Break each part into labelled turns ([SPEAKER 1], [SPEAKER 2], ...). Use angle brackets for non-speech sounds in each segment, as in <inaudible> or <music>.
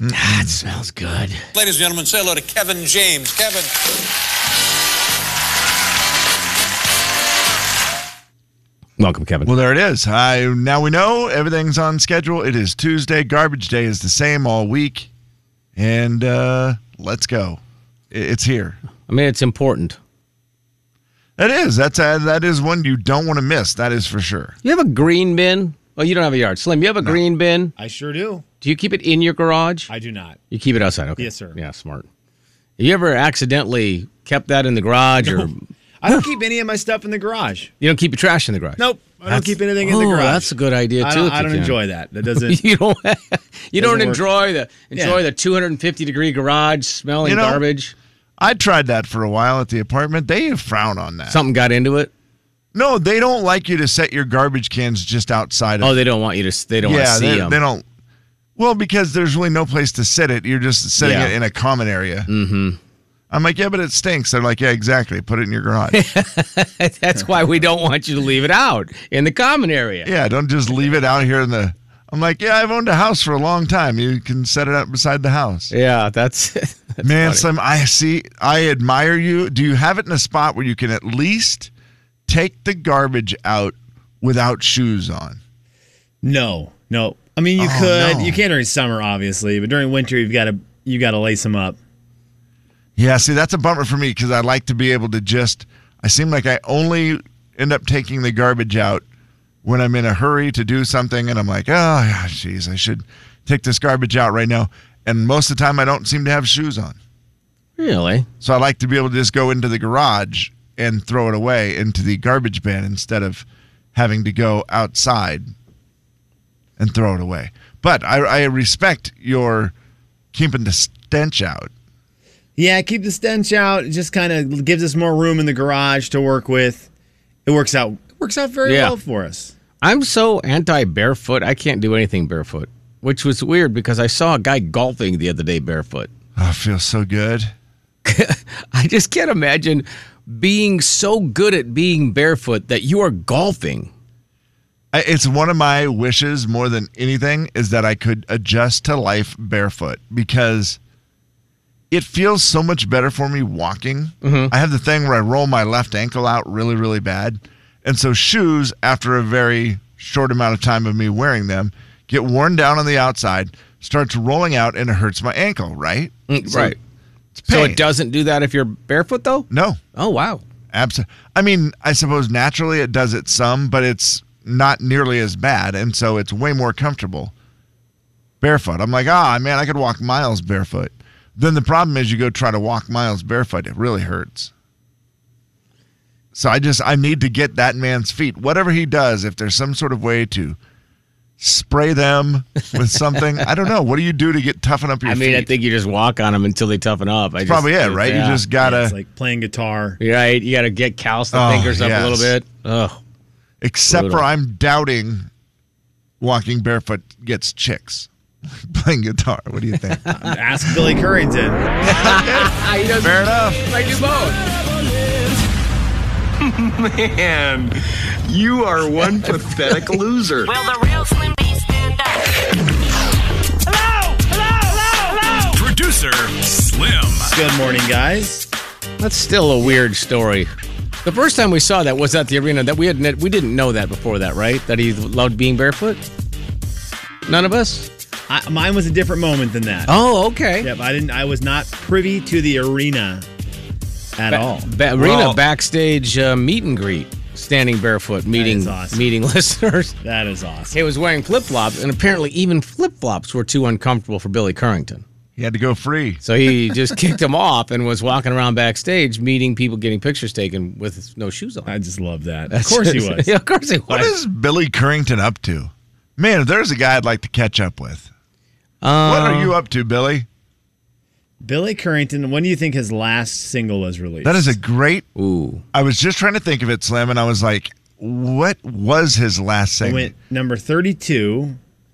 [SPEAKER 1] Ah, it smells good.
[SPEAKER 2] Ladies and gentlemen, say hello to Kevin James. Kevin.
[SPEAKER 1] Welcome, Kevin.
[SPEAKER 3] Well, there it is. I now we know everything's on schedule. It is Tuesday. Garbage day is the same all week, and uh, let's go. I- It's here.
[SPEAKER 1] I mean, it's important.
[SPEAKER 3] It is. That's a, that is one you don't want to miss. That is for sure.
[SPEAKER 1] You have a green bin? Oh, you don't have a yard. Slim, you have a green bin?
[SPEAKER 4] I sure do.
[SPEAKER 1] Do you keep it in your garage?
[SPEAKER 4] I do not.
[SPEAKER 1] you keep it outside, okay.
[SPEAKER 4] Yes, sir.
[SPEAKER 1] Yeah, smart. Have you ever accidentally kept that in the garage or <laughs>
[SPEAKER 4] I don't keep any of my stuff in the garage.
[SPEAKER 1] you don't keep your trash in the garage?
[SPEAKER 4] Nope. I don't keep anything in the
[SPEAKER 1] oh,
[SPEAKER 4] garage.
[SPEAKER 1] that's a good idea,
[SPEAKER 4] I
[SPEAKER 1] too,
[SPEAKER 4] don't,
[SPEAKER 1] if
[SPEAKER 4] I
[SPEAKER 1] you
[SPEAKER 4] don't
[SPEAKER 1] can. <laughs>
[SPEAKER 4] enjoy that. That doesn't.
[SPEAKER 1] You don't <laughs> you don't
[SPEAKER 4] Doesn't work.
[SPEAKER 1] enjoy the enjoy
[SPEAKER 4] Yeah.
[SPEAKER 1] the 250 degree garage smelling
[SPEAKER 3] You know-
[SPEAKER 1] garbage.
[SPEAKER 3] I tried that for a while at the apartment. They frown on that.
[SPEAKER 1] Something got into it.
[SPEAKER 3] no, they don't like you to set your garbage cans just outside. Of
[SPEAKER 1] Oh, they don't want you to they don't want
[SPEAKER 3] yeah,
[SPEAKER 1] to see
[SPEAKER 3] they,
[SPEAKER 1] them.
[SPEAKER 3] they don't. Well, because there's really no place to sit it. You're just sitting
[SPEAKER 1] Yeah.
[SPEAKER 3] it in a common area. Mm-hmm. I'm like, yeah, but it stinks. They're like, yeah, exactly. Put it in
[SPEAKER 1] <laughs>
[SPEAKER 3] your garage.
[SPEAKER 1] <laughs> That's why we don't want you to leave it out in the common area.
[SPEAKER 3] Yeah, don't just leave it out here in the. I'm like, yeah, I've owned a house for a long time. You can set it out beside the house.
[SPEAKER 1] Yeah,
[SPEAKER 3] <laughs>
[SPEAKER 1] that's
[SPEAKER 3] Man, Slim, I see. I admire you. Do you have it in a spot where you can at least take the garbage out without shoes on?
[SPEAKER 4] No, no. I mean, you
[SPEAKER 3] Oh,
[SPEAKER 4] could.
[SPEAKER 3] no.
[SPEAKER 4] You can during summer, obviously, but during winter, you've got to you got to lace them up.
[SPEAKER 3] Yeah, see, that's a bummer for me because I like to be able to just. I seem like I only end up taking the garbage out when I'm in a hurry to do something, and I'm like, oh, yeah, jeez, I should take this garbage out right now. And most of the time, I don't seem to have shoes on.
[SPEAKER 1] really.
[SPEAKER 3] So I like to be able to just go into the garage and throw it away into the garbage bin instead of having to go outside and throw it away. But I, I respect your keeping the stench out.
[SPEAKER 4] Yeah, keep the stench out. It just kind of gives us more room in the garage to work with. It works out. It works out very
[SPEAKER 1] Yeah.
[SPEAKER 4] well for us.
[SPEAKER 1] I'm so anti barefoot. I can't do anything barefoot, which was weird because I saw a guy golfing the other day barefoot. <laughs>
[SPEAKER 3] Oh, it feels so good.
[SPEAKER 1] I just can't imagine being so good at being barefoot that you are golfing.
[SPEAKER 3] I, it's one of my wishes more than anything is that I could adjust to life barefoot because it feels so much better for me walking.
[SPEAKER 1] Mm-hmm.
[SPEAKER 3] I have the thing where I roll my left ankle out really, really bad. And so shoes, after a very short amount of time of me wearing them, get worn down on the outside, starts rolling out, and it hurts my ankle, right? So
[SPEAKER 1] Mm, right.
[SPEAKER 3] It's
[SPEAKER 1] So
[SPEAKER 3] pain.
[SPEAKER 1] it doesn't do that if you're barefoot, though?
[SPEAKER 3] No.
[SPEAKER 1] Oh, wow.
[SPEAKER 3] Absolutely. I mean, I suppose naturally it does it some, but it's not nearly as bad, and so it's way more comfortable barefoot. I'm like, ah, man, I could walk miles barefoot. Then the problem is you go try to walk miles barefoot, it really hurts. So I just I need to get that man's feet. Whatever he does, if there's some sort of way to spray them with something, I don't know. What do you do to get toughen up your
[SPEAKER 1] I mean,
[SPEAKER 3] feet?
[SPEAKER 1] I think you just walk on them until they toughen up. I just,
[SPEAKER 3] probably it, right?
[SPEAKER 1] yeah.
[SPEAKER 3] You just gotta
[SPEAKER 4] it's like playing guitar.
[SPEAKER 1] Right, you got to get callous the
[SPEAKER 3] Oh,
[SPEAKER 1] fingers up a
[SPEAKER 3] yes.
[SPEAKER 1] little bit. Oh,
[SPEAKER 3] except
[SPEAKER 1] Brutal.
[SPEAKER 3] for I'm doubting walking barefoot gets chicks <laughs> playing guitar. What do
[SPEAKER 1] <laughs>
[SPEAKER 3] you think?
[SPEAKER 4] Ask
[SPEAKER 5] <laughs>
[SPEAKER 4] Billy Currington.
[SPEAKER 3] Fair enough.
[SPEAKER 1] I do both.
[SPEAKER 5] Man, you are one pathetic loser.
[SPEAKER 6] Will the real Slim B stand up? Hello! Hello! Hello! Hello!
[SPEAKER 7] Producer Slim.
[SPEAKER 4] Good morning, guys.
[SPEAKER 1] That's still a weird story. The first time we saw that was at the arena. That we had we didn't know that before that, right? That he loved being barefoot. None of us.
[SPEAKER 4] I, mine was a different moment than that.
[SPEAKER 1] Oh, okay.
[SPEAKER 4] Yep, I didn't. I was not privy to the arena at all.
[SPEAKER 1] Ba- arena
[SPEAKER 3] Well-
[SPEAKER 1] backstage uh, meet and greet, standing barefoot, meeting
[SPEAKER 4] is awesome.
[SPEAKER 1] meeting <laughs> listeners.
[SPEAKER 4] That is awesome.
[SPEAKER 1] He was wearing flip flops, and apparently even flip flops were too uncomfortable for Billy Currington.
[SPEAKER 3] He had to go free.
[SPEAKER 1] So he just <laughs> kicked him off and was walking around backstage, meeting people, getting pictures taken with no shoes on.
[SPEAKER 4] I just love that. of course he
[SPEAKER 1] <laughs>
[SPEAKER 4] was.
[SPEAKER 1] yeah, of course he was.
[SPEAKER 3] What is Billy Currington up to? Man, if there's a guy I'd like to catch up with. what
[SPEAKER 1] Um,
[SPEAKER 3] are you up to, Billy?
[SPEAKER 4] Billy Currington. When do you think his last single was released?
[SPEAKER 3] That is a great.
[SPEAKER 1] Ooh,
[SPEAKER 3] I was just trying to think of it, Slim, and I was like, what was his last
[SPEAKER 4] It
[SPEAKER 3] single?
[SPEAKER 4] went number thirty-two.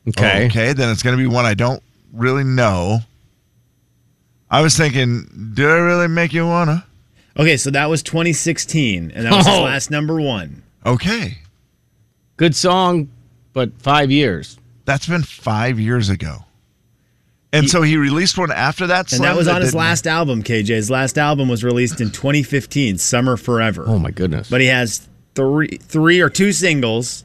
[SPEAKER 1] okay.
[SPEAKER 3] Okay, then it's going to be one I don't really know. I was thinking, do I really make you wanna?
[SPEAKER 4] Okay, so that was 2016, and that was his
[SPEAKER 1] Oh.
[SPEAKER 4] last number one.
[SPEAKER 3] Okay.
[SPEAKER 1] Good song, but five years.
[SPEAKER 3] That's been five years ago. And so he released one after that.
[SPEAKER 4] And
[SPEAKER 3] Slim,
[SPEAKER 4] that was on his
[SPEAKER 3] didn't-
[SPEAKER 4] last album, KJ. His last album was released in 2015, Summer Forever.
[SPEAKER 1] Oh my goodness.
[SPEAKER 4] But he has three, three or two singles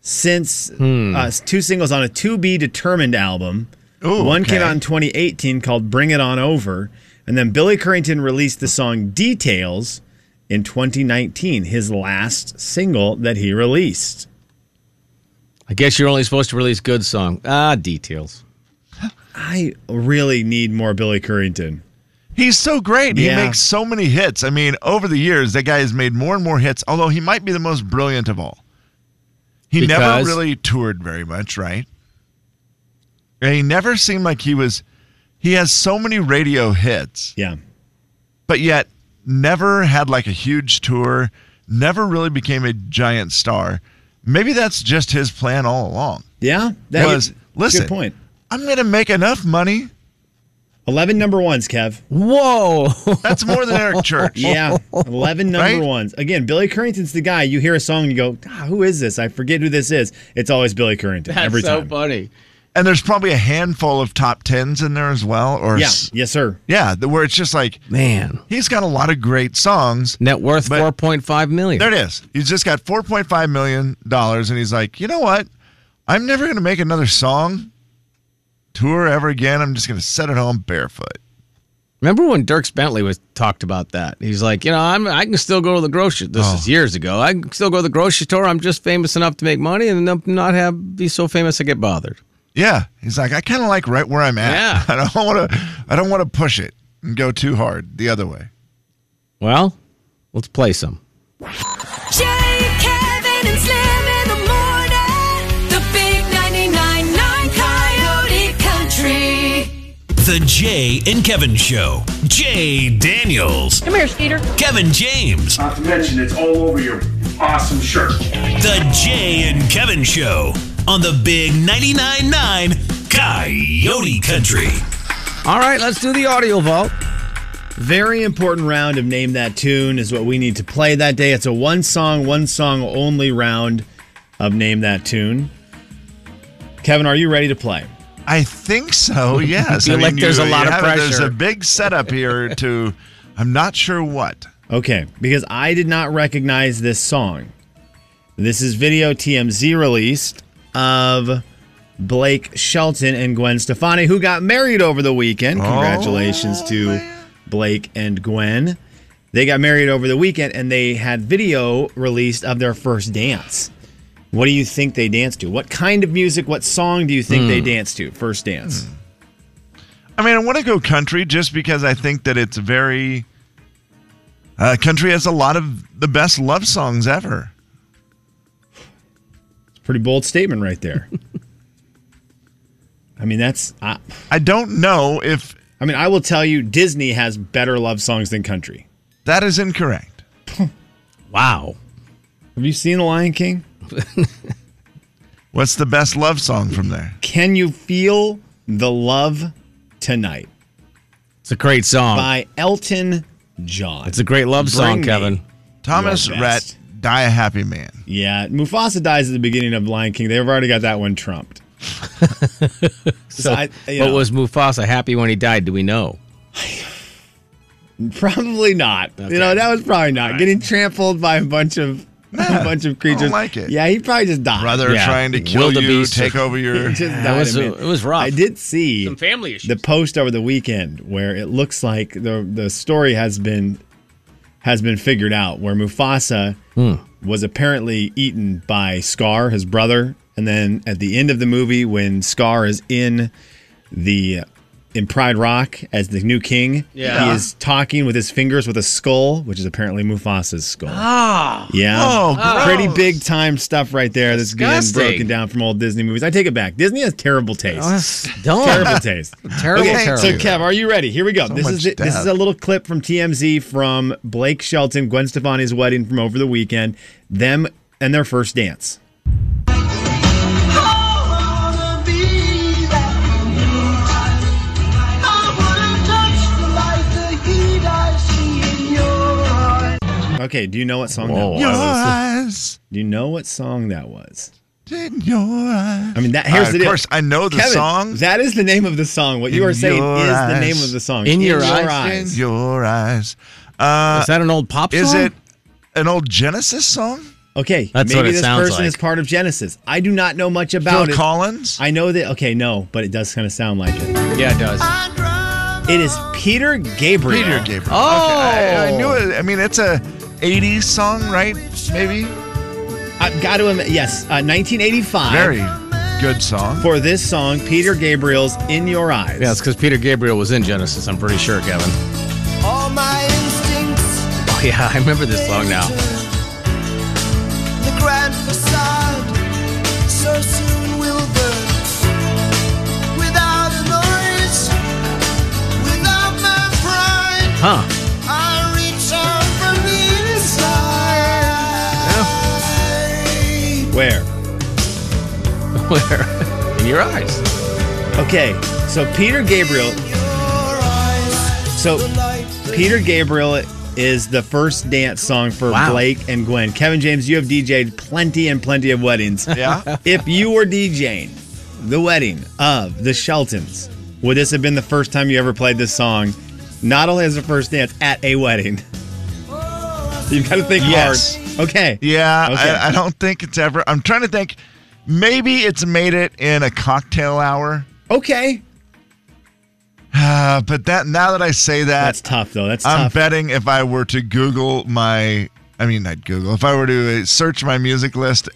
[SPEAKER 4] since
[SPEAKER 3] Hmm.
[SPEAKER 4] uh, two singles on a to be determined album.
[SPEAKER 3] Ooh,
[SPEAKER 4] One
[SPEAKER 3] okay.
[SPEAKER 4] came out in 2018 called "Bring It On Over," and then Billy Currington released the song "Details" in 2019, his last single that he released.
[SPEAKER 1] I guess you're only supposed to release good song. Ah, details.
[SPEAKER 4] I really need more Billy Currington.
[SPEAKER 3] He's so great.
[SPEAKER 4] Yeah.
[SPEAKER 3] He makes so many hits. I mean, over the years, that guy has made more and more hits, although he might be the most brilliant of all. He
[SPEAKER 1] Because-
[SPEAKER 3] never really toured very much, right? And he never seemed like he was. He has so many radio hits,
[SPEAKER 4] Yeah.
[SPEAKER 3] but yet never had like a huge tour, never really became a giant star. Maybe that's just his plan all along.
[SPEAKER 4] Yeah,
[SPEAKER 3] That was listen.
[SPEAKER 4] Good point.
[SPEAKER 3] I'm gonna make enough money.
[SPEAKER 4] Eleven number ones, Kev.
[SPEAKER 1] Whoa. <laughs>
[SPEAKER 3] That's more than Eric Church.
[SPEAKER 4] <laughs> Yeah, eleven number
[SPEAKER 3] Right?
[SPEAKER 4] ones. Again, Billy Currington's the guy. You hear a song, and you go, ah, "Who is this?" I forget who this is. It's always Billy Currington
[SPEAKER 1] That's
[SPEAKER 4] every
[SPEAKER 1] so
[SPEAKER 4] time.
[SPEAKER 1] funny.
[SPEAKER 3] And there's probably a handful of top tens in there as well. Or
[SPEAKER 4] Yeah,
[SPEAKER 3] s-
[SPEAKER 4] yes, sir.
[SPEAKER 3] yeah, the- where it's just like
[SPEAKER 1] Man.
[SPEAKER 3] he's got a lot of great songs.
[SPEAKER 1] Net worth
[SPEAKER 3] But-
[SPEAKER 1] four point five million.
[SPEAKER 3] There it is. He's just got 4.5 million dollars, and he's like, you know what? I'm never gonna make another song tour ever again. I'm just gonna sit at home barefoot.
[SPEAKER 1] Remember when Dirks Bentley was talked about that? He's like, you know, I'm I can still go to the grocery. This is years ago. I can still go to the grocery store. I'm just famous enough to make money and n- not have be so famous I get bothered.
[SPEAKER 3] Yeah, he's like, I kind of like right where I'm at.
[SPEAKER 1] Yeah.
[SPEAKER 3] <laughs> I don't want to. I don't want to push it and go too hard the other way.
[SPEAKER 1] Well, let's play some.
[SPEAKER 6] Jay, Kevin, and Slim in the morning. The big 99.9 Coyote Country.
[SPEAKER 7] The Jay and Kevin Show. Jay Daniels.
[SPEAKER 8] Come here, Skeeter.
[SPEAKER 7] Kevin James.
[SPEAKER 9] Not to mention, it's all over your awesome shirt.
[SPEAKER 7] The Jay and Kevin Show on the Big 99.9 9 Coyote Country.
[SPEAKER 1] All right, let's do the audio vault.
[SPEAKER 4] Very important round of Name That Tune is what we need to play that day. It's a one song, one song only round of Name That Tune. Kevin, are you ready to play?
[SPEAKER 3] I think
[SPEAKER 4] <laughs>
[SPEAKER 3] so. Yes.
[SPEAKER 1] Feel
[SPEAKER 3] I mean,
[SPEAKER 1] like there's
[SPEAKER 3] you-
[SPEAKER 1] a lot
[SPEAKER 3] you
[SPEAKER 1] of
[SPEAKER 3] have- There's
[SPEAKER 1] pressure.
[SPEAKER 3] a big setup here to. I'm not sure what.
[SPEAKER 4] Okay, because I did not recognize this song. This is video TMZ released of Blake Shelton and Gwen Stefani, who got married over the weekend. Congratulations to Blake and Gwen. They got married over the weekend and they had video released of their first dance. What do you think they danced to? What kind of music, what song do you think they
[SPEAKER 3] Hmm.
[SPEAKER 4] danced to? First dance.
[SPEAKER 3] I mean, I want to go country just because I think that it's very. Uh, country has a lot of the best love songs ever.
[SPEAKER 4] Pretty bold statement right there. <laughs> I mean, that's. I,
[SPEAKER 3] I don't know if.
[SPEAKER 4] I mean, I will tell you, Disney has better love songs than country.
[SPEAKER 3] That is incorrect.
[SPEAKER 1] wow.
[SPEAKER 4] Have you seen The Lion King?
[SPEAKER 3] What's the best love song from there?
[SPEAKER 4] Can you feel the love tonight?
[SPEAKER 1] It's a great song.
[SPEAKER 4] By Elton John.
[SPEAKER 1] It's a great love song, Kevin.
[SPEAKER 3] Thomas Rhett, Die a Happy Man.
[SPEAKER 4] Yeah, Mufasa dies at the beginning of Lion King. They've already got that one
[SPEAKER 1] <laughs>
[SPEAKER 4] trumped.
[SPEAKER 1] So,
[SPEAKER 4] I- you
[SPEAKER 1] but
[SPEAKER 4] know.
[SPEAKER 1] was Mufasa happy when he died? Do we know?
[SPEAKER 4] Probably not. You know, that was probably not getting trampled by a bunch of <laughs> a bunch of creatures.
[SPEAKER 3] like it.
[SPEAKER 4] Yeah, he probably just died.
[SPEAKER 3] Brother
[SPEAKER 4] Yeah.
[SPEAKER 3] trying to kill you, take over your.
[SPEAKER 4] He <laughs> just died, man. I did see
[SPEAKER 1] Some family
[SPEAKER 4] the post over the weekend where it looks like the the story has been has been figured out where Mufasa
[SPEAKER 6] Hmm.
[SPEAKER 4] was apparently eaten by Scar, his brother, and then at the end of the movie when Scar is in the in Pride Rock as the new king,
[SPEAKER 6] Yeah.
[SPEAKER 4] he is talking with his fingers with a skull, which is apparently Mufasa's skull.
[SPEAKER 6] Ah.
[SPEAKER 4] Yeah.
[SPEAKER 6] Oh,
[SPEAKER 4] pretty
[SPEAKER 6] gross.
[SPEAKER 4] big time stuff right there that's being
[SPEAKER 6] Disgusting.
[SPEAKER 4] broken down from old Disney movies. I take it back. Disney has terrible taste.
[SPEAKER 1] dumb. <laughs>
[SPEAKER 4] Terrible taste.
[SPEAKER 1] Terrible, terrible.
[SPEAKER 4] So Kev, are you ready? Here we go.
[SPEAKER 1] So
[SPEAKER 4] this
[SPEAKER 1] much
[SPEAKER 4] is the, this
[SPEAKER 1] death.
[SPEAKER 4] is a little clip from TMZ from Blake Shelton, Gwen Stefani's wedding from over the weekend. Them and their first dance. Okay, do you know what song
[SPEAKER 3] Oh,
[SPEAKER 4] that was?
[SPEAKER 6] Your
[SPEAKER 3] <laughs> eyes.
[SPEAKER 4] Do you know what song that was?
[SPEAKER 3] In your eyes.
[SPEAKER 4] I mean, that here's
[SPEAKER 3] Uh,
[SPEAKER 4] the
[SPEAKER 3] of
[SPEAKER 4] deal.
[SPEAKER 3] course, I know the
[SPEAKER 4] Kevin,
[SPEAKER 3] song.
[SPEAKER 4] That is the name of the song. What you
[SPEAKER 3] In
[SPEAKER 4] are saying
[SPEAKER 3] your
[SPEAKER 4] is the
[SPEAKER 3] eyes.
[SPEAKER 4] name of the song.
[SPEAKER 3] In your eyes. Uh,
[SPEAKER 1] Is that an old pop
[SPEAKER 3] Is
[SPEAKER 4] song?
[SPEAKER 3] it an old Genesis song?
[SPEAKER 4] Okay,
[SPEAKER 3] That's
[SPEAKER 4] maybe
[SPEAKER 3] what it
[SPEAKER 4] this
[SPEAKER 3] sounds
[SPEAKER 4] person
[SPEAKER 3] like.
[SPEAKER 4] is part of Genesis. I do not know much about
[SPEAKER 3] Phil
[SPEAKER 4] it.
[SPEAKER 3] Collins.
[SPEAKER 4] I know that. Okay, no, but it does kind of sound like it.
[SPEAKER 1] Yeah, it does.
[SPEAKER 4] It is Peter Gabriel.
[SPEAKER 3] Peter Gabriel.
[SPEAKER 4] Oh,
[SPEAKER 3] Okay, I, I knew it. I mean, it's a 80s song, right? Maybe?
[SPEAKER 4] I got to admit, yes, uh, 1985.
[SPEAKER 3] Very good song.
[SPEAKER 4] For this song, Peter Gabriel's "In Your Eyes."
[SPEAKER 1] Yeah, it's because Peter Gabriel was in Genesis. I'm pretty sure, Kevin. <laughs>
[SPEAKER 6] All my instincts,
[SPEAKER 1] Oh yeah, I remember this song now.
[SPEAKER 6] the grand facade, so soon will burn. Without a noise, without my pride,
[SPEAKER 1] Huh? <laughs>
[SPEAKER 6] I reach out from the inside.
[SPEAKER 4] Where?
[SPEAKER 1] Where? In your eyes. <laughs>
[SPEAKER 4] Okay, so Peter Gabriel. So Peter Gabriel is the first dance song for
[SPEAKER 6] Wow.
[SPEAKER 4] Blake and Gwen. Kevin James, you have DJ'd plenty and plenty of weddings.
[SPEAKER 6] Yeah.
[SPEAKER 4] <laughs> if you were DJing the wedding of the Sheltons, would this have been the first time you ever played this song? Not only as a first dance at a wedding. <laughs> You've got to think
[SPEAKER 3] Yes.
[SPEAKER 4] hard. Okay.
[SPEAKER 3] Yeah,
[SPEAKER 4] Okay.
[SPEAKER 3] I, I don't think it's ever. I'm trying to think. Maybe it's made it in a cocktail hour.
[SPEAKER 4] Okay.
[SPEAKER 3] Uh, but that now that I say that, that's
[SPEAKER 4] tough though. That's
[SPEAKER 3] I'm
[SPEAKER 4] tough.
[SPEAKER 3] betting if I were to Google my, I mean not Google, if I were to uh, search my music list,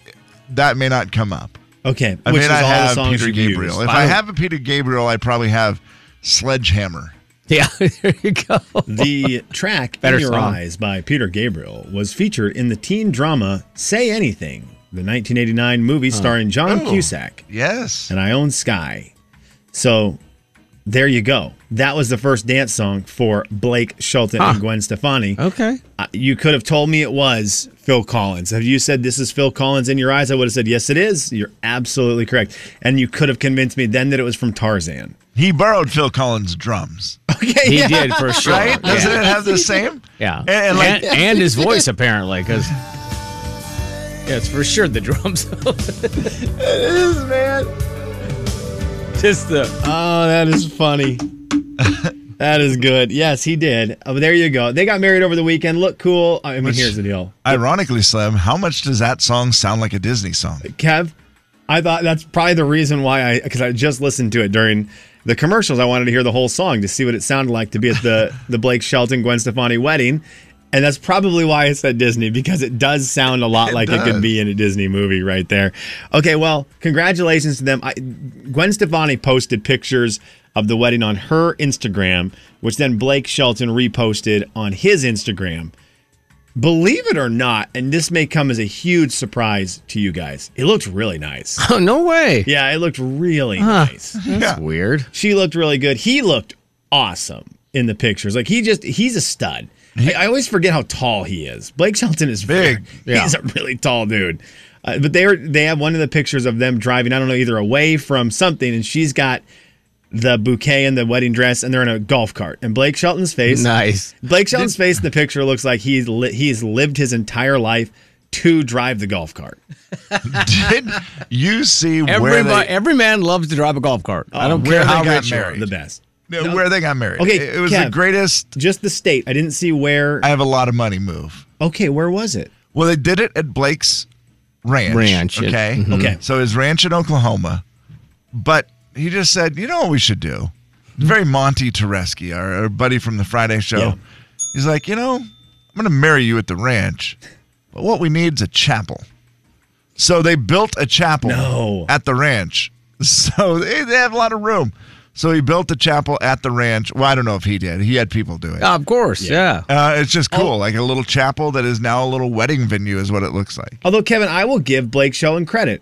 [SPEAKER 3] that may not come up.
[SPEAKER 4] Okay.
[SPEAKER 3] I
[SPEAKER 4] which
[SPEAKER 3] mean,
[SPEAKER 4] is
[SPEAKER 3] I
[SPEAKER 4] all the
[SPEAKER 3] have
[SPEAKER 4] songs
[SPEAKER 3] Peter
[SPEAKER 4] you've
[SPEAKER 3] Gabriel.
[SPEAKER 4] used.
[SPEAKER 3] If I have a Peter Gabriel, I probably have Sledgehammer.
[SPEAKER 1] Yeah, <laughs> there you go.
[SPEAKER 3] <laughs>
[SPEAKER 4] The track
[SPEAKER 3] Better
[SPEAKER 4] In Your
[SPEAKER 3] song.
[SPEAKER 4] Eyes by Peter Gabriel was featured in the teen drama Say Anything, the 1989 movie starring John
[SPEAKER 3] Oh,
[SPEAKER 4] Cusack
[SPEAKER 3] Yes.
[SPEAKER 4] and Ione Sky. So There you go. That was the first dance song for Blake Shelton and Gwen Stefani.
[SPEAKER 3] Oh.
[SPEAKER 1] Okay.
[SPEAKER 4] Uh, you could have told me it was Phil Collins. Have you said this is Phil Collins in your eyes? I would have said, yes, it is. You're absolutely correct. And you could have convinced me then that it was from Tarzan.
[SPEAKER 3] He borrowed Phil Collins' drums.
[SPEAKER 4] Okay.
[SPEAKER 1] He
[SPEAKER 4] yeah.
[SPEAKER 1] did for sure.
[SPEAKER 3] Right? Doesn't it have the same?
[SPEAKER 1] Yeah.
[SPEAKER 3] And, and like,
[SPEAKER 1] and, and <laughs> his voice apparently, because yeah, it's for sure the drums. <laughs>
[SPEAKER 4] It is, man.
[SPEAKER 1] Just the
[SPEAKER 4] Oh, that is funny. that is good. Yes, he did. Oh, there you go. They got married over the weekend. Look cool. I mean,
[SPEAKER 3] Which-
[SPEAKER 4] here's the deal.
[SPEAKER 3] ironically, Slim, how much does that song sound like a Disney song?
[SPEAKER 4] Kev, I thought that's probably the reason why I because I just listened to it during the commercials. I wanted to hear the whole song to see what it sounded like to be at the the Blake Shelton Gwen Stefani wedding, and that's probably why I said Disney because it does sound a lot
[SPEAKER 3] It
[SPEAKER 4] like it
[SPEAKER 3] does.
[SPEAKER 4] could be in a Disney movie right there. Okay, well, congratulations to them. I, Gwen Stefani posted pictures of the wedding on her Instagram, which then Blake Shelton reposted on his Instagram. Believe it or not, and this may come as a huge surprise to you guys, it looked
[SPEAKER 1] <laughs>
[SPEAKER 4] really nice.
[SPEAKER 1] oh no way.
[SPEAKER 4] Yeah, it looked really nice.
[SPEAKER 1] That's weird.
[SPEAKER 4] She looked really good. He looked awesome in the pictures. Like he just he's a stud. I, I always forget how tall he is. Blake Shelton is
[SPEAKER 3] Big.
[SPEAKER 1] Yeah.
[SPEAKER 4] <laughs> He's a really tall dude. Uh, but they were they have one of the pictures of them driving. I don't know either away from something, and she's got the bouquet and the wedding dress, and they're in a golf cart. And Blake Shelton's face,
[SPEAKER 1] Nice.
[SPEAKER 4] Blake Shelton's face in the picture looks like he's li- he's lived his entire life to drive the golf cart.
[SPEAKER 3] Did you see where
[SPEAKER 1] Everybody,
[SPEAKER 3] they,
[SPEAKER 1] every man loves to drive a golf cart. I don't
[SPEAKER 3] where
[SPEAKER 1] care how
[SPEAKER 3] they got
[SPEAKER 1] rich you are.
[SPEAKER 3] married?
[SPEAKER 4] The best.
[SPEAKER 3] no, where they got married?
[SPEAKER 4] Okay,
[SPEAKER 3] It, it was the
[SPEAKER 4] Kev.
[SPEAKER 3] greatest
[SPEAKER 4] Just the state. I didn't see where.
[SPEAKER 3] I have a lot of money move.
[SPEAKER 4] Okay, where was it?
[SPEAKER 3] Well, they did it at Blake's ranch.
[SPEAKER 1] Ranch, yeah.
[SPEAKER 3] Okay.
[SPEAKER 1] Mhm.
[SPEAKER 4] Okay.
[SPEAKER 3] So his ranch in Oklahoma. But he just said, you know what we should do? Very Monty Tereski, our, our buddy from the Friday show.
[SPEAKER 4] Yeah.
[SPEAKER 3] He's like, you know, I'm going to marry you at the ranch, but what we need is a chapel. So they built a chapel
[SPEAKER 4] No.
[SPEAKER 3] at the ranch. <laughs> So they, they have a lot of room. So he built a chapel at the ranch. Well, I don't know if he did. He had people do it.
[SPEAKER 1] of course, yeah.
[SPEAKER 3] Uh, it's just cool, like a little chapel that is now a little wedding venue, is what it looks like.
[SPEAKER 4] Although Kevin, I will give Blake Shelton credit.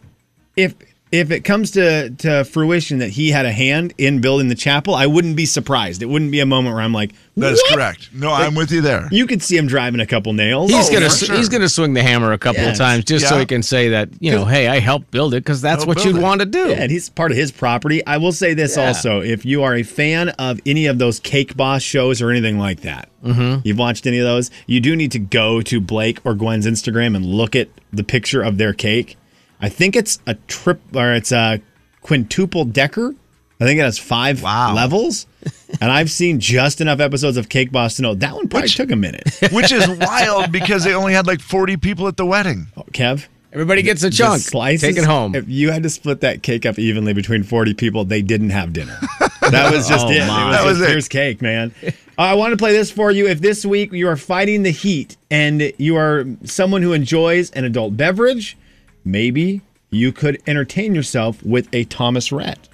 [SPEAKER 4] If if it comes to to fruition that he had a hand in building the chapel, I wouldn't be surprised. It wouldn't be a moment where I'm like,
[SPEAKER 3] That is
[SPEAKER 4] "What?"
[SPEAKER 3] correct. No, I'm with you there.
[SPEAKER 4] You could see him driving a couple nails.
[SPEAKER 1] He's
[SPEAKER 3] Oh,
[SPEAKER 1] gonna
[SPEAKER 3] for sure.
[SPEAKER 1] he's gonna swing the hammer a couple
[SPEAKER 4] Yes.
[SPEAKER 1] of times just so
[SPEAKER 3] Yeah.
[SPEAKER 1] he can say that you know, hey, I helped build it because that's
[SPEAKER 3] Help
[SPEAKER 1] what
[SPEAKER 3] build
[SPEAKER 1] you'd
[SPEAKER 3] it.
[SPEAKER 1] want to do.
[SPEAKER 4] Yeah, and he's part of his property. I will say this
[SPEAKER 1] Yeah.
[SPEAKER 4] also: if you are a fan of any of those Cake Boss shows or anything like that, you've watched any of those, you do need to go to Blake or Gwen's Instagram and look at the picture of their cake. I think it's a trip or it's a quintuple decker. I think it has five
[SPEAKER 3] Wow.
[SPEAKER 4] levels, and I've seen just enough episodes of Cake Boss to know that one probably took a minute.
[SPEAKER 3] <laughs> Which is wild because they only had like 40 people at the wedding.
[SPEAKER 4] Kev,
[SPEAKER 1] Everybody gets a
[SPEAKER 4] the
[SPEAKER 1] chunk.
[SPEAKER 4] slices,
[SPEAKER 1] Take it home.
[SPEAKER 4] If you had to split that cake up evenly between 40 people, they didn't have dinner. That was
[SPEAKER 1] <laughs>
[SPEAKER 4] just
[SPEAKER 1] Oh,
[SPEAKER 4] it. It
[SPEAKER 1] my.
[SPEAKER 3] That
[SPEAKER 4] was just,
[SPEAKER 3] was it.
[SPEAKER 4] here's cake, man. Uh, I want to play this for you. If this week you are fighting the heat and you are someone who enjoys an adult beverage, maybe you could entertain yourself with a Thomas Rhett.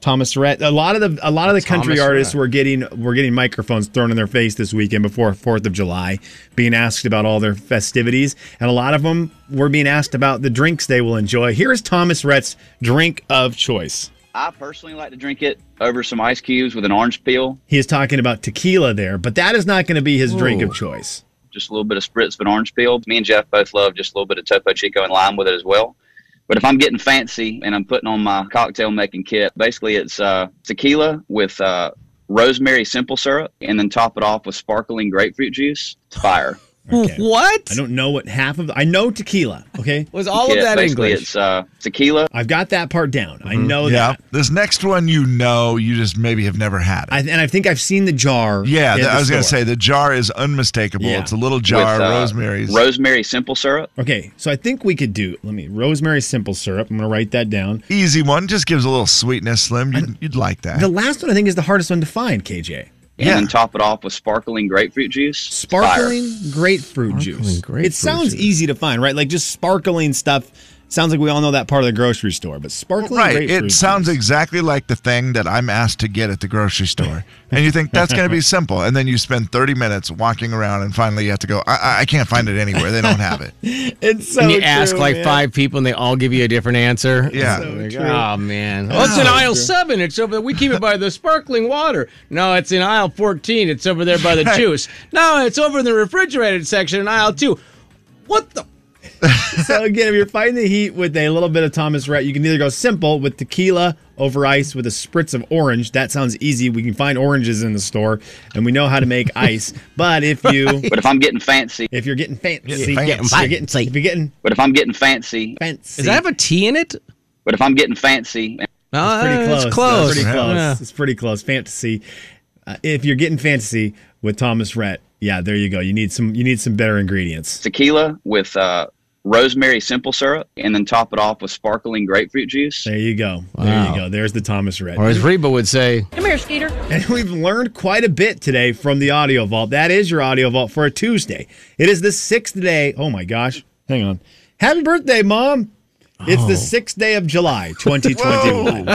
[SPEAKER 4] Thomas Rhett. A lot of the a lot of the country
[SPEAKER 1] Thomas
[SPEAKER 4] artists
[SPEAKER 1] Rhett.
[SPEAKER 4] were getting were getting microphones thrown in their face this weekend before Fourth of July, being asked about all their festivities, and a lot of them were being asked about the drinks they will enjoy. Here is Thomas Rhett's drink of choice.
[SPEAKER 8] I personally like to drink it over some ice cubes with an orange peel,
[SPEAKER 4] He is talking about tequila there, but that is not going to be his drink
[SPEAKER 1] Ooh.
[SPEAKER 4] of choice.
[SPEAKER 8] just a little bit of spritz with orange peel. Me and Jeff both love just a little bit of Topo Chico and lime with it as well. But if I'm getting fancy and I'm putting on my cocktail making kit, basically it's uh, tequila with uh, rosemary simple syrup and then top it off with sparkling grapefruit juice. It's Fire.
[SPEAKER 4] Okay.
[SPEAKER 1] What
[SPEAKER 4] I don't know what half of. I know tequila. Okay,
[SPEAKER 1] was all of
[SPEAKER 8] Yeah,
[SPEAKER 1] that
[SPEAKER 8] basically
[SPEAKER 1] English?
[SPEAKER 8] it's uh, tequila.
[SPEAKER 4] I've got that part down. I know
[SPEAKER 3] yeah.
[SPEAKER 4] that.
[SPEAKER 3] This next one, you know, you just maybe have never had it.
[SPEAKER 4] I, and I think I've seen the jar.
[SPEAKER 3] yeah,
[SPEAKER 4] at
[SPEAKER 3] th-
[SPEAKER 4] the
[SPEAKER 3] I was going to
[SPEAKER 4] store.
[SPEAKER 3] say the jar is unmistakable.
[SPEAKER 4] Yeah.
[SPEAKER 3] It's a little jar,
[SPEAKER 8] with, uh,
[SPEAKER 3] rosemary's.
[SPEAKER 8] Rosemary simple syrup.
[SPEAKER 4] Okay, so I think we could do. Let me rosemary simple syrup. I'm going to write that down.
[SPEAKER 3] Easy one, just gives a little sweetness, Slim. You'd, you'd like that.
[SPEAKER 4] The last one I think is the hardest one to find. KJ
[SPEAKER 8] And
[SPEAKER 3] Yeah.
[SPEAKER 8] then top it off with sparkling grapefruit juice. It's fire.
[SPEAKER 4] sparkling grapefruit juice.
[SPEAKER 1] grapefruit
[SPEAKER 4] it sounds
[SPEAKER 1] juice.
[SPEAKER 4] easy to find, right? Like just sparkling stuff Sounds like we all know that part of the grocery store, but sparkling
[SPEAKER 3] Right.
[SPEAKER 4] grapefruit.
[SPEAKER 3] It sounds exactly like the thing that I'm asked to get at the grocery store. and you think that's going to
[SPEAKER 4] <laughs>
[SPEAKER 3] be simple. And then you spend 30 minutes walking around and finally you have to go, I, I- I can't find it anywhere. They don't
[SPEAKER 4] <laughs>
[SPEAKER 3] have it.
[SPEAKER 4] <laughs> it's
[SPEAKER 1] and you ask like five people and they all give you a different answer.
[SPEAKER 3] Yeah.
[SPEAKER 1] It's like,
[SPEAKER 3] true.
[SPEAKER 1] oh man. Well, it's in
[SPEAKER 3] so
[SPEAKER 1] aisle
[SPEAKER 3] true.
[SPEAKER 1] seven. It's over. We keep it by the sparkling water. No, it's in aisle fourteen. It's over there <laughs> by the
[SPEAKER 3] Right.
[SPEAKER 1] juice. No, it's over in the refrigerated section in aisle two. What the?
[SPEAKER 4] so again, if you're fighting the heat with a little bit of Thomas Rhett, you can either go simple with tequila over ice with a spritz of orange. That sounds easy. We can find oranges in the store, and we know how to make
[SPEAKER 1] <laughs>
[SPEAKER 4] ice. But if you,
[SPEAKER 8] But if I'm getting fancy,
[SPEAKER 4] if you're getting fancy,
[SPEAKER 8] Getting fancy.
[SPEAKER 4] If you're getting, if you're getting
[SPEAKER 8] but if I'm getting fancy,
[SPEAKER 4] fancy,
[SPEAKER 1] Does that have a T in it?
[SPEAKER 8] but if I'm getting fancy,
[SPEAKER 1] No,
[SPEAKER 4] pretty close.
[SPEAKER 1] It's Oh, close.
[SPEAKER 4] Pretty close.
[SPEAKER 1] Yeah.
[SPEAKER 4] It's pretty close. Fantasy. Uh, if you're getting fantasy with Thomas Rhett, yeah, there you go. You need some. You need some better ingredients.
[SPEAKER 8] tequila with uh, rosemary simple syrup, and then top it off with sparkling grapefruit juice.
[SPEAKER 4] There you go. There
[SPEAKER 1] Wow.
[SPEAKER 4] you go. There's the Thomas Rhett.
[SPEAKER 1] Or as Reba would say,
[SPEAKER 10] Come here, Skeeter.
[SPEAKER 4] <laughs> And we've learned quite a bit today from the Audio Vault. That is your Audio Vault for a Tuesday. It is the sixth day. Oh my gosh. Hang on. Happy birthday, Mom. It's
[SPEAKER 1] Oh.
[SPEAKER 4] the sixth day of July,
[SPEAKER 1] <laughs>
[SPEAKER 4] 2021.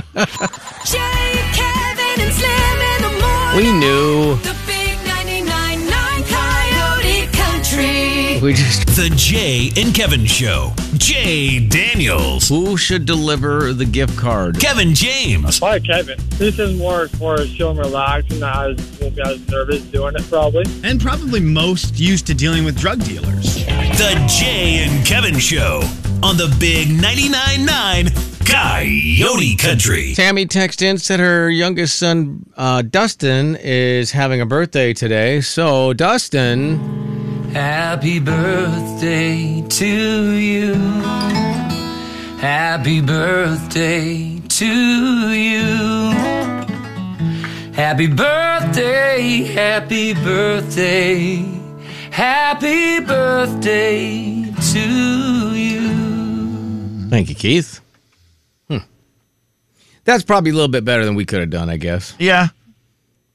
[SPEAKER 6] Jay, Kevin, and Slim in the morning.
[SPEAKER 1] "We knew."
[SPEAKER 6] The big 99.9 Coyote Country.
[SPEAKER 1] We just
[SPEAKER 7] The Jay and Kevin Show. Jay Daniels.
[SPEAKER 1] <laughs> who should deliver the gift card?
[SPEAKER 7] Kevin James.
[SPEAKER 11] Hi, Kevin. This is more for chilling relaxed, and I was, won't be as nervous doing it probably.
[SPEAKER 4] and probably most used to dealing with drug dealers.
[SPEAKER 7] The Jay and Kevin Show on the Big 99.9 Coyote Country.
[SPEAKER 1] Tammy texted in said her youngest son uh, Dustin is having a birthday today. So Dustin,
[SPEAKER 12] Happy birthday to you. Happy birthday to you. Happy birthday, happy birthday, happy birthday to you.
[SPEAKER 1] thank you, Keith. Hmm. That's probably a little bit better than we could have done, I guess.
[SPEAKER 3] Yeah.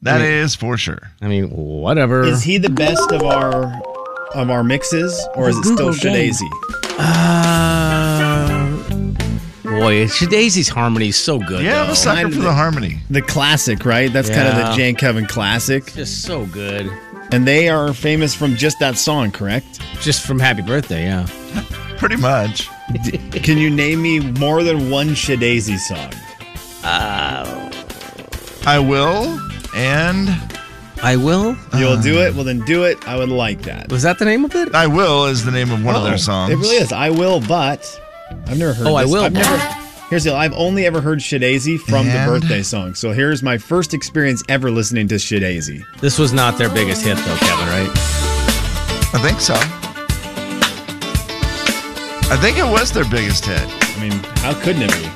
[SPEAKER 3] that
[SPEAKER 1] I
[SPEAKER 3] is
[SPEAKER 1] mean-
[SPEAKER 3] for sure.
[SPEAKER 1] I mean, whatever.
[SPEAKER 4] Is he the best of our of our mixes, or is it still
[SPEAKER 1] Google game.
[SPEAKER 4] Shadazy?
[SPEAKER 1] Uh, boy, it's- Daisy's harmony is so good.
[SPEAKER 3] Yeah, I'm
[SPEAKER 1] though.
[SPEAKER 3] a sucker
[SPEAKER 4] Mine-
[SPEAKER 3] for the harmony.
[SPEAKER 4] The classic, right? That's kind of
[SPEAKER 1] Yeah.
[SPEAKER 4] the Jan Kevin classic.
[SPEAKER 1] just so good.
[SPEAKER 4] And they are famous from just that song, correct?
[SPEAKER 1] Just from Happy Birthday, yeah.
[SPEAKER 3] Pretty much.
[SPEAKER 4] Can you name me more than one Shadazy song?
[SPEAKER 3] I will. And
[SPEAKER 1] I will.
[SPEAKER 4] You'll do it? Well, then do it. I would like that.
[SPEAKER 1] Was that the name of it?
[SPEAKER 3] I Will is the name of one of
[SPEAKER 4] Oh,
[SPEAKER 3] their songs.
[SPEAKER 4] It really is. I will, but I've never heard
[SPEAKER 1] Oh, I
[SPEAKER 4] this.
[SPEAKER 1] will,
[SPEAKER 4] I've
[SPEAKER 1] but-
[SPEAKER 4] never. Here's the deal. I've only ever heard Shadazy from
[SPEAKER 3] And?
[SPEAKER 4] the birthday song. So here's my first experience ever listening to Shadazy.
[SPEAKER 1] This was not their biggest hit, though, Kevin. Right?
[SPEAKER 3] I think so. I think it was their biggest hit.
[SPEAKER 4] I mean, how couldn't it be?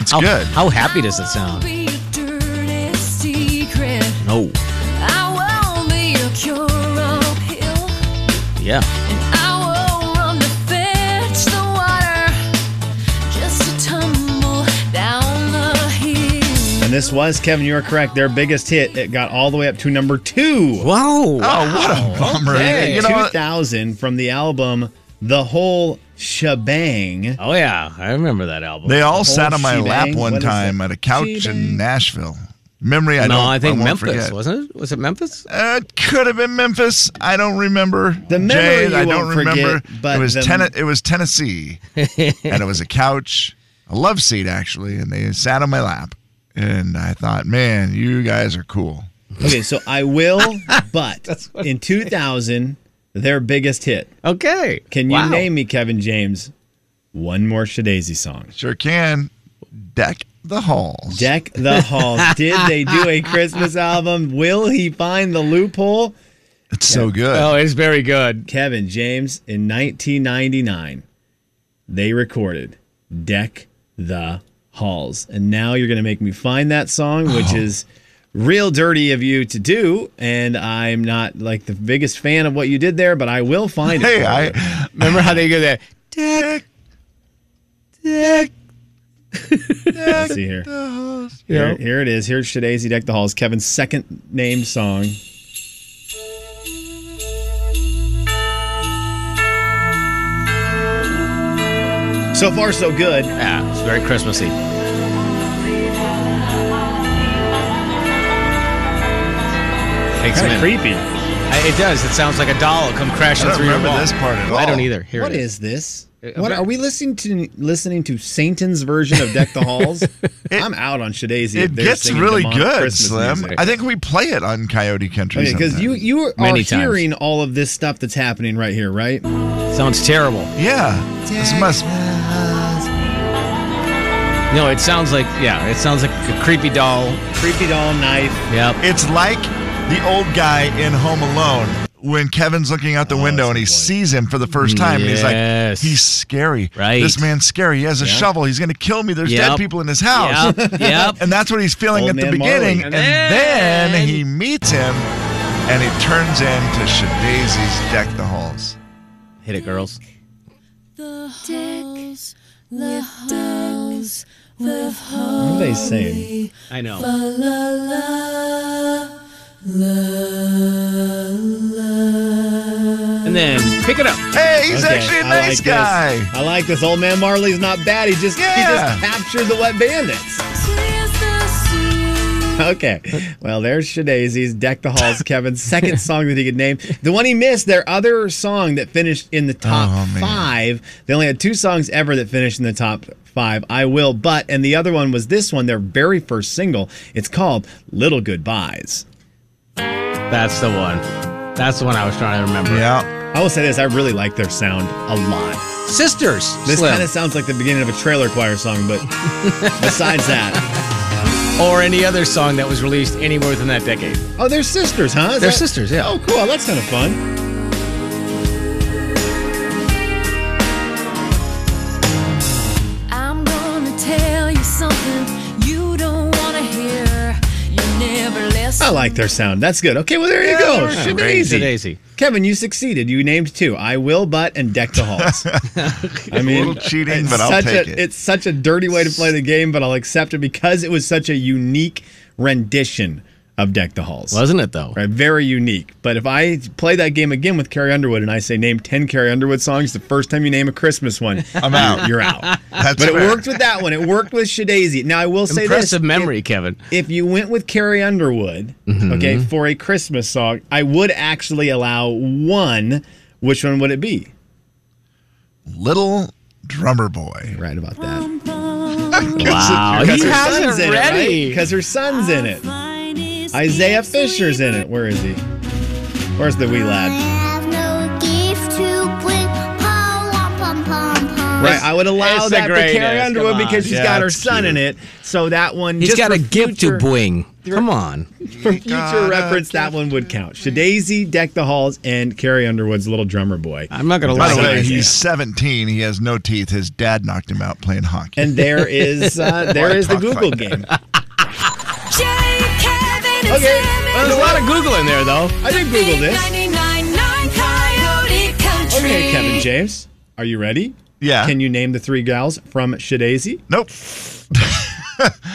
[SPEAKER 3] It's
[SPEAKER 1] How,
[SPEAKER 3] good.
[SPEAKER 1] How happy does it sound? Oh,
[SPEAKER 6] Be a dirty secret.
[SPEAKER 1] No.
[SPEAKER 6] I won't be a cure-all pill.
[SPEAKER 1] Yeah.
[SPEAKER 6] I won't run to fetch the water just to tumble down the hill.
[SPEAKER 4] And this was, Kevin, you are correct. Their biggest hit. It got all the way up to number two.
[SPEAKER 1] Whoa.
[SPEAKER 3] Oh, <laughs> what a bummer.
[SPEAKER 1] Okay.
[SPEAKER 3] You know what?
[SPEAKER 4] 2000 from the album The Whole Shebang.
[SPEAKER 1] Oh yeah, I remember that album.
[SPEAKER 3] They all
[SPEAKER 4] whole
[SPEAKER 3] sat on my lap
[SPEAKER 4] shebang? What
[SPEAKER 3] one
[SPEAKER 4] is
[SPEAKER 3] time
[SPEAKER 4] it?
[SPEAKER 3] at a couch
[SPEAKER 4] Shebang.
[SPEAKER 3] in Nashville. Memory, I
[SPEAKER 1] no,
[SPEAKER 3] don't.
[SPEAKER 1] I think
[SPEAKER 3] won't
[SPEAKER 1] Memphis
[SPEAKER 3] forget.
[SPEAKER 1] wasn't it? Was it Memphis?
[SPEAKER 3] Uh, it could have been Memphis. I don't remember.
[SPEAKER 4] The memory
[SPEAKER 3] Jay,
[SPEAKER 4] you
[SPEAKER 3] I don't
[SPEAKER 4] won't forget,
[SPEAKER 3] remember.
[SPEAKER 4] but
[SPEAKER 3] it was
[SPEAKER 4] the-
[SPEAKER 3] Tenn- It was
[SPEAKER 4] <laughs>
[SPEAKER 3] Tennessee, and it was a couch, a love seat actually, and they sat on my lap, and I thought, man, you guys are cool.
[SPEAKER 4] Okay, so I will,
[SPEAKER 3] <laughs>
[SPEAKER 4] but in 2000, their biggest hit.
[SPEAKER 1] Okay.
[SPEAKER 4] Can you
[SPEAKER 1] Wow.
[SPEAKER 4] name me, Kevin James, one more Shadazy song?
[SPEAKER 3] Sure can. Deck the halls.
[SPEAKER 4] Deck the Halls. Did they do a Christmas album? Will he find the loophole?
[SPEAKER 3] it's so good.
[SPEAKER 1] Oh, it's very good.
[SPEAKER 4] Kevin James, in 1999, they recorded Deck the Halls. And now you're going to make me find that song, which is real dirty of you to do. And I'm not like the biggest fan of what you did there, but I will find it.
[SPEAKER 3] hey,
[SPEAKER 4] for you.
[SPEAKER 3] I
[SPEAKER 1] Remember how they go there?
[SPEAKER 3] deck
[SPEAKER 1] Dick.
[SPEAKER 4] Let's see here.
[SPEAKER 3] the halls.
[SPEAKER 4] Here, here it is. Here's Shadazy Deck the Halls, Kevin's second name song. So far, so good.
[SPEAKER 1] Yeah, it's very Christmassy. Takes
[SPEAKER 4] Kinda creepy.
[SPEAKER 1] it does. It sounds like a doll come crashing
[SPEAKER 3] I don't
[SPEAKER 1] through your
[SPEAKER 3] remember
[SPEAKER 1] wall.
[SPEAKER 3] this part at
[SPEAKER 1] I
[SPEAKER 3] all.
[SPEAKER 1] don't either. Here
[SPEAKER 4] What
[SPEAKER 1] it
[SPEAKER 4] is this?
[SPEAKER 1] Uh,
[SPEAKER 4] What
[SPEAKER 1] but-
[SPEAKER 4] are we listening to? Listening to Satan's version of "Deck the
[SPEAKER 3] <laughs>
[SPEAKER 4] Halls." I'm out on Shadazy. if
[SPEAKER 3] It
[SPEAKER 4] they're
[SPEAKER 3] gets
[SPEAKER 4] singing
[SPEAKER 3] really
[SPEAKER 4] demonic
[SPEAKER 3] good,
[SPEAKER 4] Christmas
[SPEAKER 3] Slim.
[SPEAKER 4] music.
[SPEAKER 3] I think we play it on Coyote Country.
[SPEAKER 4] Okay, because Oh, you
[SPEAKER 3] sometime.
[SPEAKER 4] you are
[SPEAKER 3] Many times.
[SPEAKER 4] hearing all of this stuff that's happening right here, right?
[SPEAKER 1] Sounds terrible.
[SPEAKER 3] Yeah, this must.
[SPEAKER 1] No, it sounds like yeah, it sounds like a creepy doll.
[SPEAKER 4] Creepy doll knife.
[SPEAKER 1] Yep.
[SPEAKER 3] It's like the old guy in Home Alone when Kevin's looking out the
[SPEAKER 1] Oh,
[SPEAKER 3] window and he sees him for the first time and he's
[SPEAKER 1] Yes.
[SPEAKER 3] like, he's scary.
[SPEAKER 1] Right.
[SPEAKER 3] This man's scary. He has a
[SPEAKER 1] Yeah.
[SPEAKER 3] shovel. He's going to kill me. There's
[SPEAKER 1] Yep.
[SPEAKER 3] dead people in his house. <laughs>
[SPEAKER 1] Yep. Yep.
[SPEAKER 3] and that's what he's feeling
[SPEAKER 4] Old
[SPEAKER 3] at the
[SPEAKER 4] man
[SPEAKER 3] beginning.
[SPEAKER 4] Marley.
[SPEAKER 3] And, then, he meets him and it turns into Shadazy's Deck the Halls.
[SPEAKER 1] Hit it, girls.
[SPEAKER 6] Deck the halls with
[SPEAKER 4] What are they saying?
[SPEAKER 1] I know.
[SPEAKER 6] La la la la
[SPEAKER 1] And then pick it up.
[SPEAKER 3] Hey, he's
[SPEAKER 4] Okay,
[SPEAKER 3] actually a
[SPEAKER 4] I like
[SPEAKER 3] nice
[SPEAKER 4] this.
[SPEAKER 3] guy.
[SPEAKER 4] I like this. Old man Marley's not bad. He just
[SPEAKER 3] Yeah.
[SPEAKER 4] he just captured the wet bandits. Okay. Well, there's Shadazy's Deck the
[SPEAKER 3] <laughs>
[SPEAKER 4] Halls, Kevin's second song that he could name. The one he missed, their other song that finished in the top
[SPEAKER 3] Oh, man.
[SPEAKER 4] five. They only had two songs ever that finished in the top five. I Will But, and the other one was this one, their very first single. It's called Little Goodbyes.
[SPEAKER 1] That's the one. That's the one I was trying to remember.
[SPEAKER 3] Yeah.
[SPEAKER 4] I will say this, I really like their sound a lot.
[SPEAKER 1] Sisters.
[SPEAKER 4] This
[SPEAKER 1] Slim.
[SPEAKER 4] kind of sounds like the beginning of a trailer choir
[SPEAKER 3] <laughs>
[SPEAKER 4] song, but besides that,
[SPEAKER 1] or any other song that was released anywhere within that decade.
[SPEAKER 4] oh, they're sisters, huh? Is
[SPEAKER 1] They're
[SPEAKER 4] that-
[SPEAKER 1] sisters, yeah.
[SPEAKER 4] Oh, cool. That's kind of fun.
[SPEAKER 6] I'm gonna tell you something you don't wanna hear. You never listen. <laughs>
[SPEAKER 4] I like their sound. That's good. Okay, well there you
[SPEAKER 6] Yeah,
[SPEAKER 4] go.
[SPEAKER 6] they're
[SPEAKER 4] Shouldn't be
[SPEAKER 1] Right,
[SPEAKER 4] easy.
[SPEAKER 1] Daisy.
[SPEAKER 4] Kevin, you succeeded. You named two. I will butt and deck the halls. I
[SPEAKER 3] A
[SPEAKER 4] mean,
[SPEAKER 3] little cheating,
[SPEAKER 4] it's
[SPEAKER 3] but I'll
[SPEAKER 4] such
[SPEAKER 3] take
[SPEAKER 4] a,
[SPEAKER 3] it.
[SPEAKER 4] It's such a dirty way to play the game, but I'll accept it because it was such a unique rendition of deck the halls.
[SPEAKER 1] Wasn't it though?
[SPEAKER 4] Right, very unique. But if I play that game again with Carrie Underwood and I say name ten Carrie Underwood songs, the first time you name a Christmas one,
[SPEAKER 3] <laughs> I'm out.
[SPEAKER 4] You're out.
[SPEAKER 3] That's
[SPEAKER 4] but it
[SPEAKER 3] fair.
[SPEAKER 4] worked with that one. It worked with Shadazy. Now I will say this:
[SPEAKER 1] Impressive
[SPEAKER 4] if-
[SPEAKER 1] memory, Mm-hmm. Kevin.
[SPEAKER 4] if you went with Carrie Underwood, okay, for a Christmas song, I would actually allow one. Which one would it be?
[SPEAKER 3] Little drummer boy.
[SPEAKER 4] Right about
[SPEAKER 6] Um,
[SPEAKER 4] <laughs> that.
[SPEAKER 1] Wow, Oh, he has it ready.
[SPEAKER 4] Because her son's in it. Isaiah Fisher's in it. Where is he? Where's the wee lad? Right, I would
[SPEAKER 1] It's
[SPEAKER 4] allow
[SPEAKER 1] the
[SPEAKER 4] that for Carrie
[SPEAKER 1] greatest.
[SPEAKER 4] Underwood
[SPEAKER 1] Come on.
[SPEAKER 4] because she's
[SPEAKER 3] Yeah,
[SPEAKER 4] got her
[SPEAKER 3] it's
[SPEAKER 4] son in it. So that one,
[SPEAKER 1] He's
[SPEAKER 4] just
[SPEAKER 1] got
[SPEAKER 4] for
[SPEAKER 1] a gift to
[SPEAKER 4] future-
[SPEAKER 1] bring. Come on.
[SPEAKER 4] For future
[SPEAKER 1] Ah,
[SPEAKER 3] Gotta
[SPEAKER 4] reference, that one would count. Shadazy, Deck the Halls, and Carrie Underwood's Little Drummer Boy.
[SPEAKER 1] I'm not gonna
[SPEAKER 3] By
[SPEAKER 1] lie.
[SPEAKER 3] the way,
[SPEAKER 4] Isaiah.
[SPEAKER 3] he's 17. He has no teeth. His dad knocked him out playing hockey.
[SPEAKER 4] And there
[SPEAKER 1] <laughs>
[SPEAKER 4] is uh, there
[SPEAKER 3] Why
[SPEAKER 4] is the
[SPEAKER 3] talk
[SPEAKER 4] Google
[SPEAKER 3] like
[SPEAKER 4] game.
[SPEAKER 6] Jay, Kevin, and
[SPEAKER 4] Okay,
[SPEAKER 6] Slim
[SPEAKER 1] There's a lot of Google in there though.
[SPEAKER 4] I did Google this.
[SPEAKER 6] 99.9 Coyote Country.
[SPEAKER 4] Okay, Kevin James, are you ready?
[SPEAKER 3] Yeah.
[SPEAKER 4] Can you name the three gals from Shadazy?
[SPEAKER 3] nope.
[SPEAKER 4] <laughs>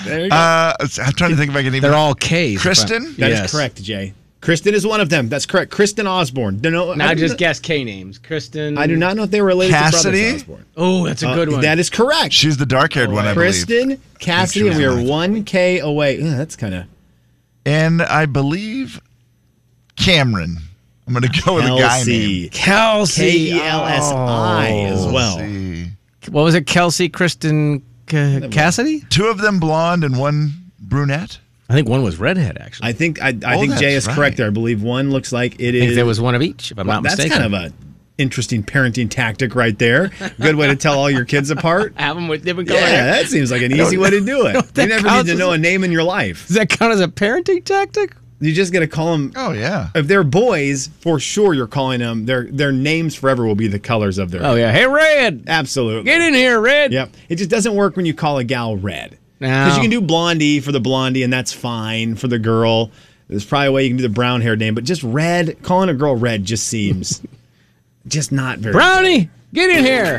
[SPEAKER 4] There you go.
[SPEAKER 3] Uh, I'm trying to think if I can even.
[SPEAKER 1] They're all K's. but-
[SPEAKER 3] Kristen?
[SPEAKER 4] That is
[SPEAKER 1] Yes.
[SPEAKER 4] correct, Jay. Kristen is one of them. That's correct. Kristen Osborne. Do no-
[SPEAKER 1] Now
[SPEAKER 4] I do
[SPEAKER 1] just
[SPEAKER 4] not-
[SPEAKER 1] guess K names. Kristen.
[SPEAKER 4] I do not know if they were related to
[SPEAKER 3] Cassidy?
[SPEAKER 4] brothers Osborne.
[SPEAKER 1] Oh, that's a
[SPEAKER 4] Uh,
[SPEAKER 1] good one.
[SPEAKER 4] That is correct.
[SPEAKER 3] She's the dark haired one, I believe.
[SPEAKER 4] Kristen, Cassidy, and we are
[SPEAKER 3] alive.
[SPEAKER 4] one K away. Ugh, that's kind of
[SPEAKER 3] And I believe Cameron. I'm going to go with a guy named.
[SPEAKER 4] Kelsey. Oh.
[SPEAKER 1] Kelsey.
[SPEAKER 4] E K-E-L-S-I as well.
[SPEAKER 3] Kelsey.
[SPEAKER 1] Oh. What was it? Kelsey, Kristen, K- Cassidy?
[SPEAKER 3] Two of them blonde and one brunette.
[SPEAKER 1] I think one was redhead actually.
[SPEAKER 4] I think I, I
[SPEAKER 3] Oh,
[SPEAKER 4] think Jay
[SPEAKER 3] that's
[SPEAKER 4] is correct
[SPEAKER 3] right.
[SPEAKER 4] there. I believe one looks like it
[SPEAKER 1] I think
[SPEAKER 4] is.
[SPEAKER 1] there was one of each, if I'm not
[SPEAKER 4] that's
[SPEAKER 1] mistaken.
[SPEAKER 4] kind of a interesting parenting tactic right there. Good way to tell all your
[SPEAKER 3] <laughs>
[SPEAKER 4] kids apart.
[SPEAKER 1] have them with different color.
[SPEAKER 4] Yeah, that seems like an easy way to do it.
[SPEAKER 1] that
[SPEAKER 4] You never
[SPEAKER 1] counts
[SPEAKER 4] need to
[SPEAKER 1] as
[SPEAKER 4] know
[SPEAKER 1] a-
[SPEAKER 4] a name in your life.
[SPEAKER 1] Does that count as a parenting tactic?
[SPEAKER 4] You just got to call them.
[SPEAKER 3] Oh, yeah.
[SPEAKER 4] If they're boys, for sure you're calling them. Their their names forever will be the colors of their.
[SPEAKER 1] Oh yeah. Hey Red,
[SPEAKER 4] absolutely.
[SPEAKER 1] get in here, Red.
[SPEAKER 4] Yep. It just doesn't work when you call a gal red. Because
[SPEAKER 1] No.
[SPEAKER 4] you can do blondie for the blondie, and that's fine for the girl. There's probably a way you can do the brown haired name,
[SPEAKER 1] <laughs>
[SPEAKER 4] but just red, calling a girl red just seems just not very.
[SPEAKER 1] Brownie, get in here.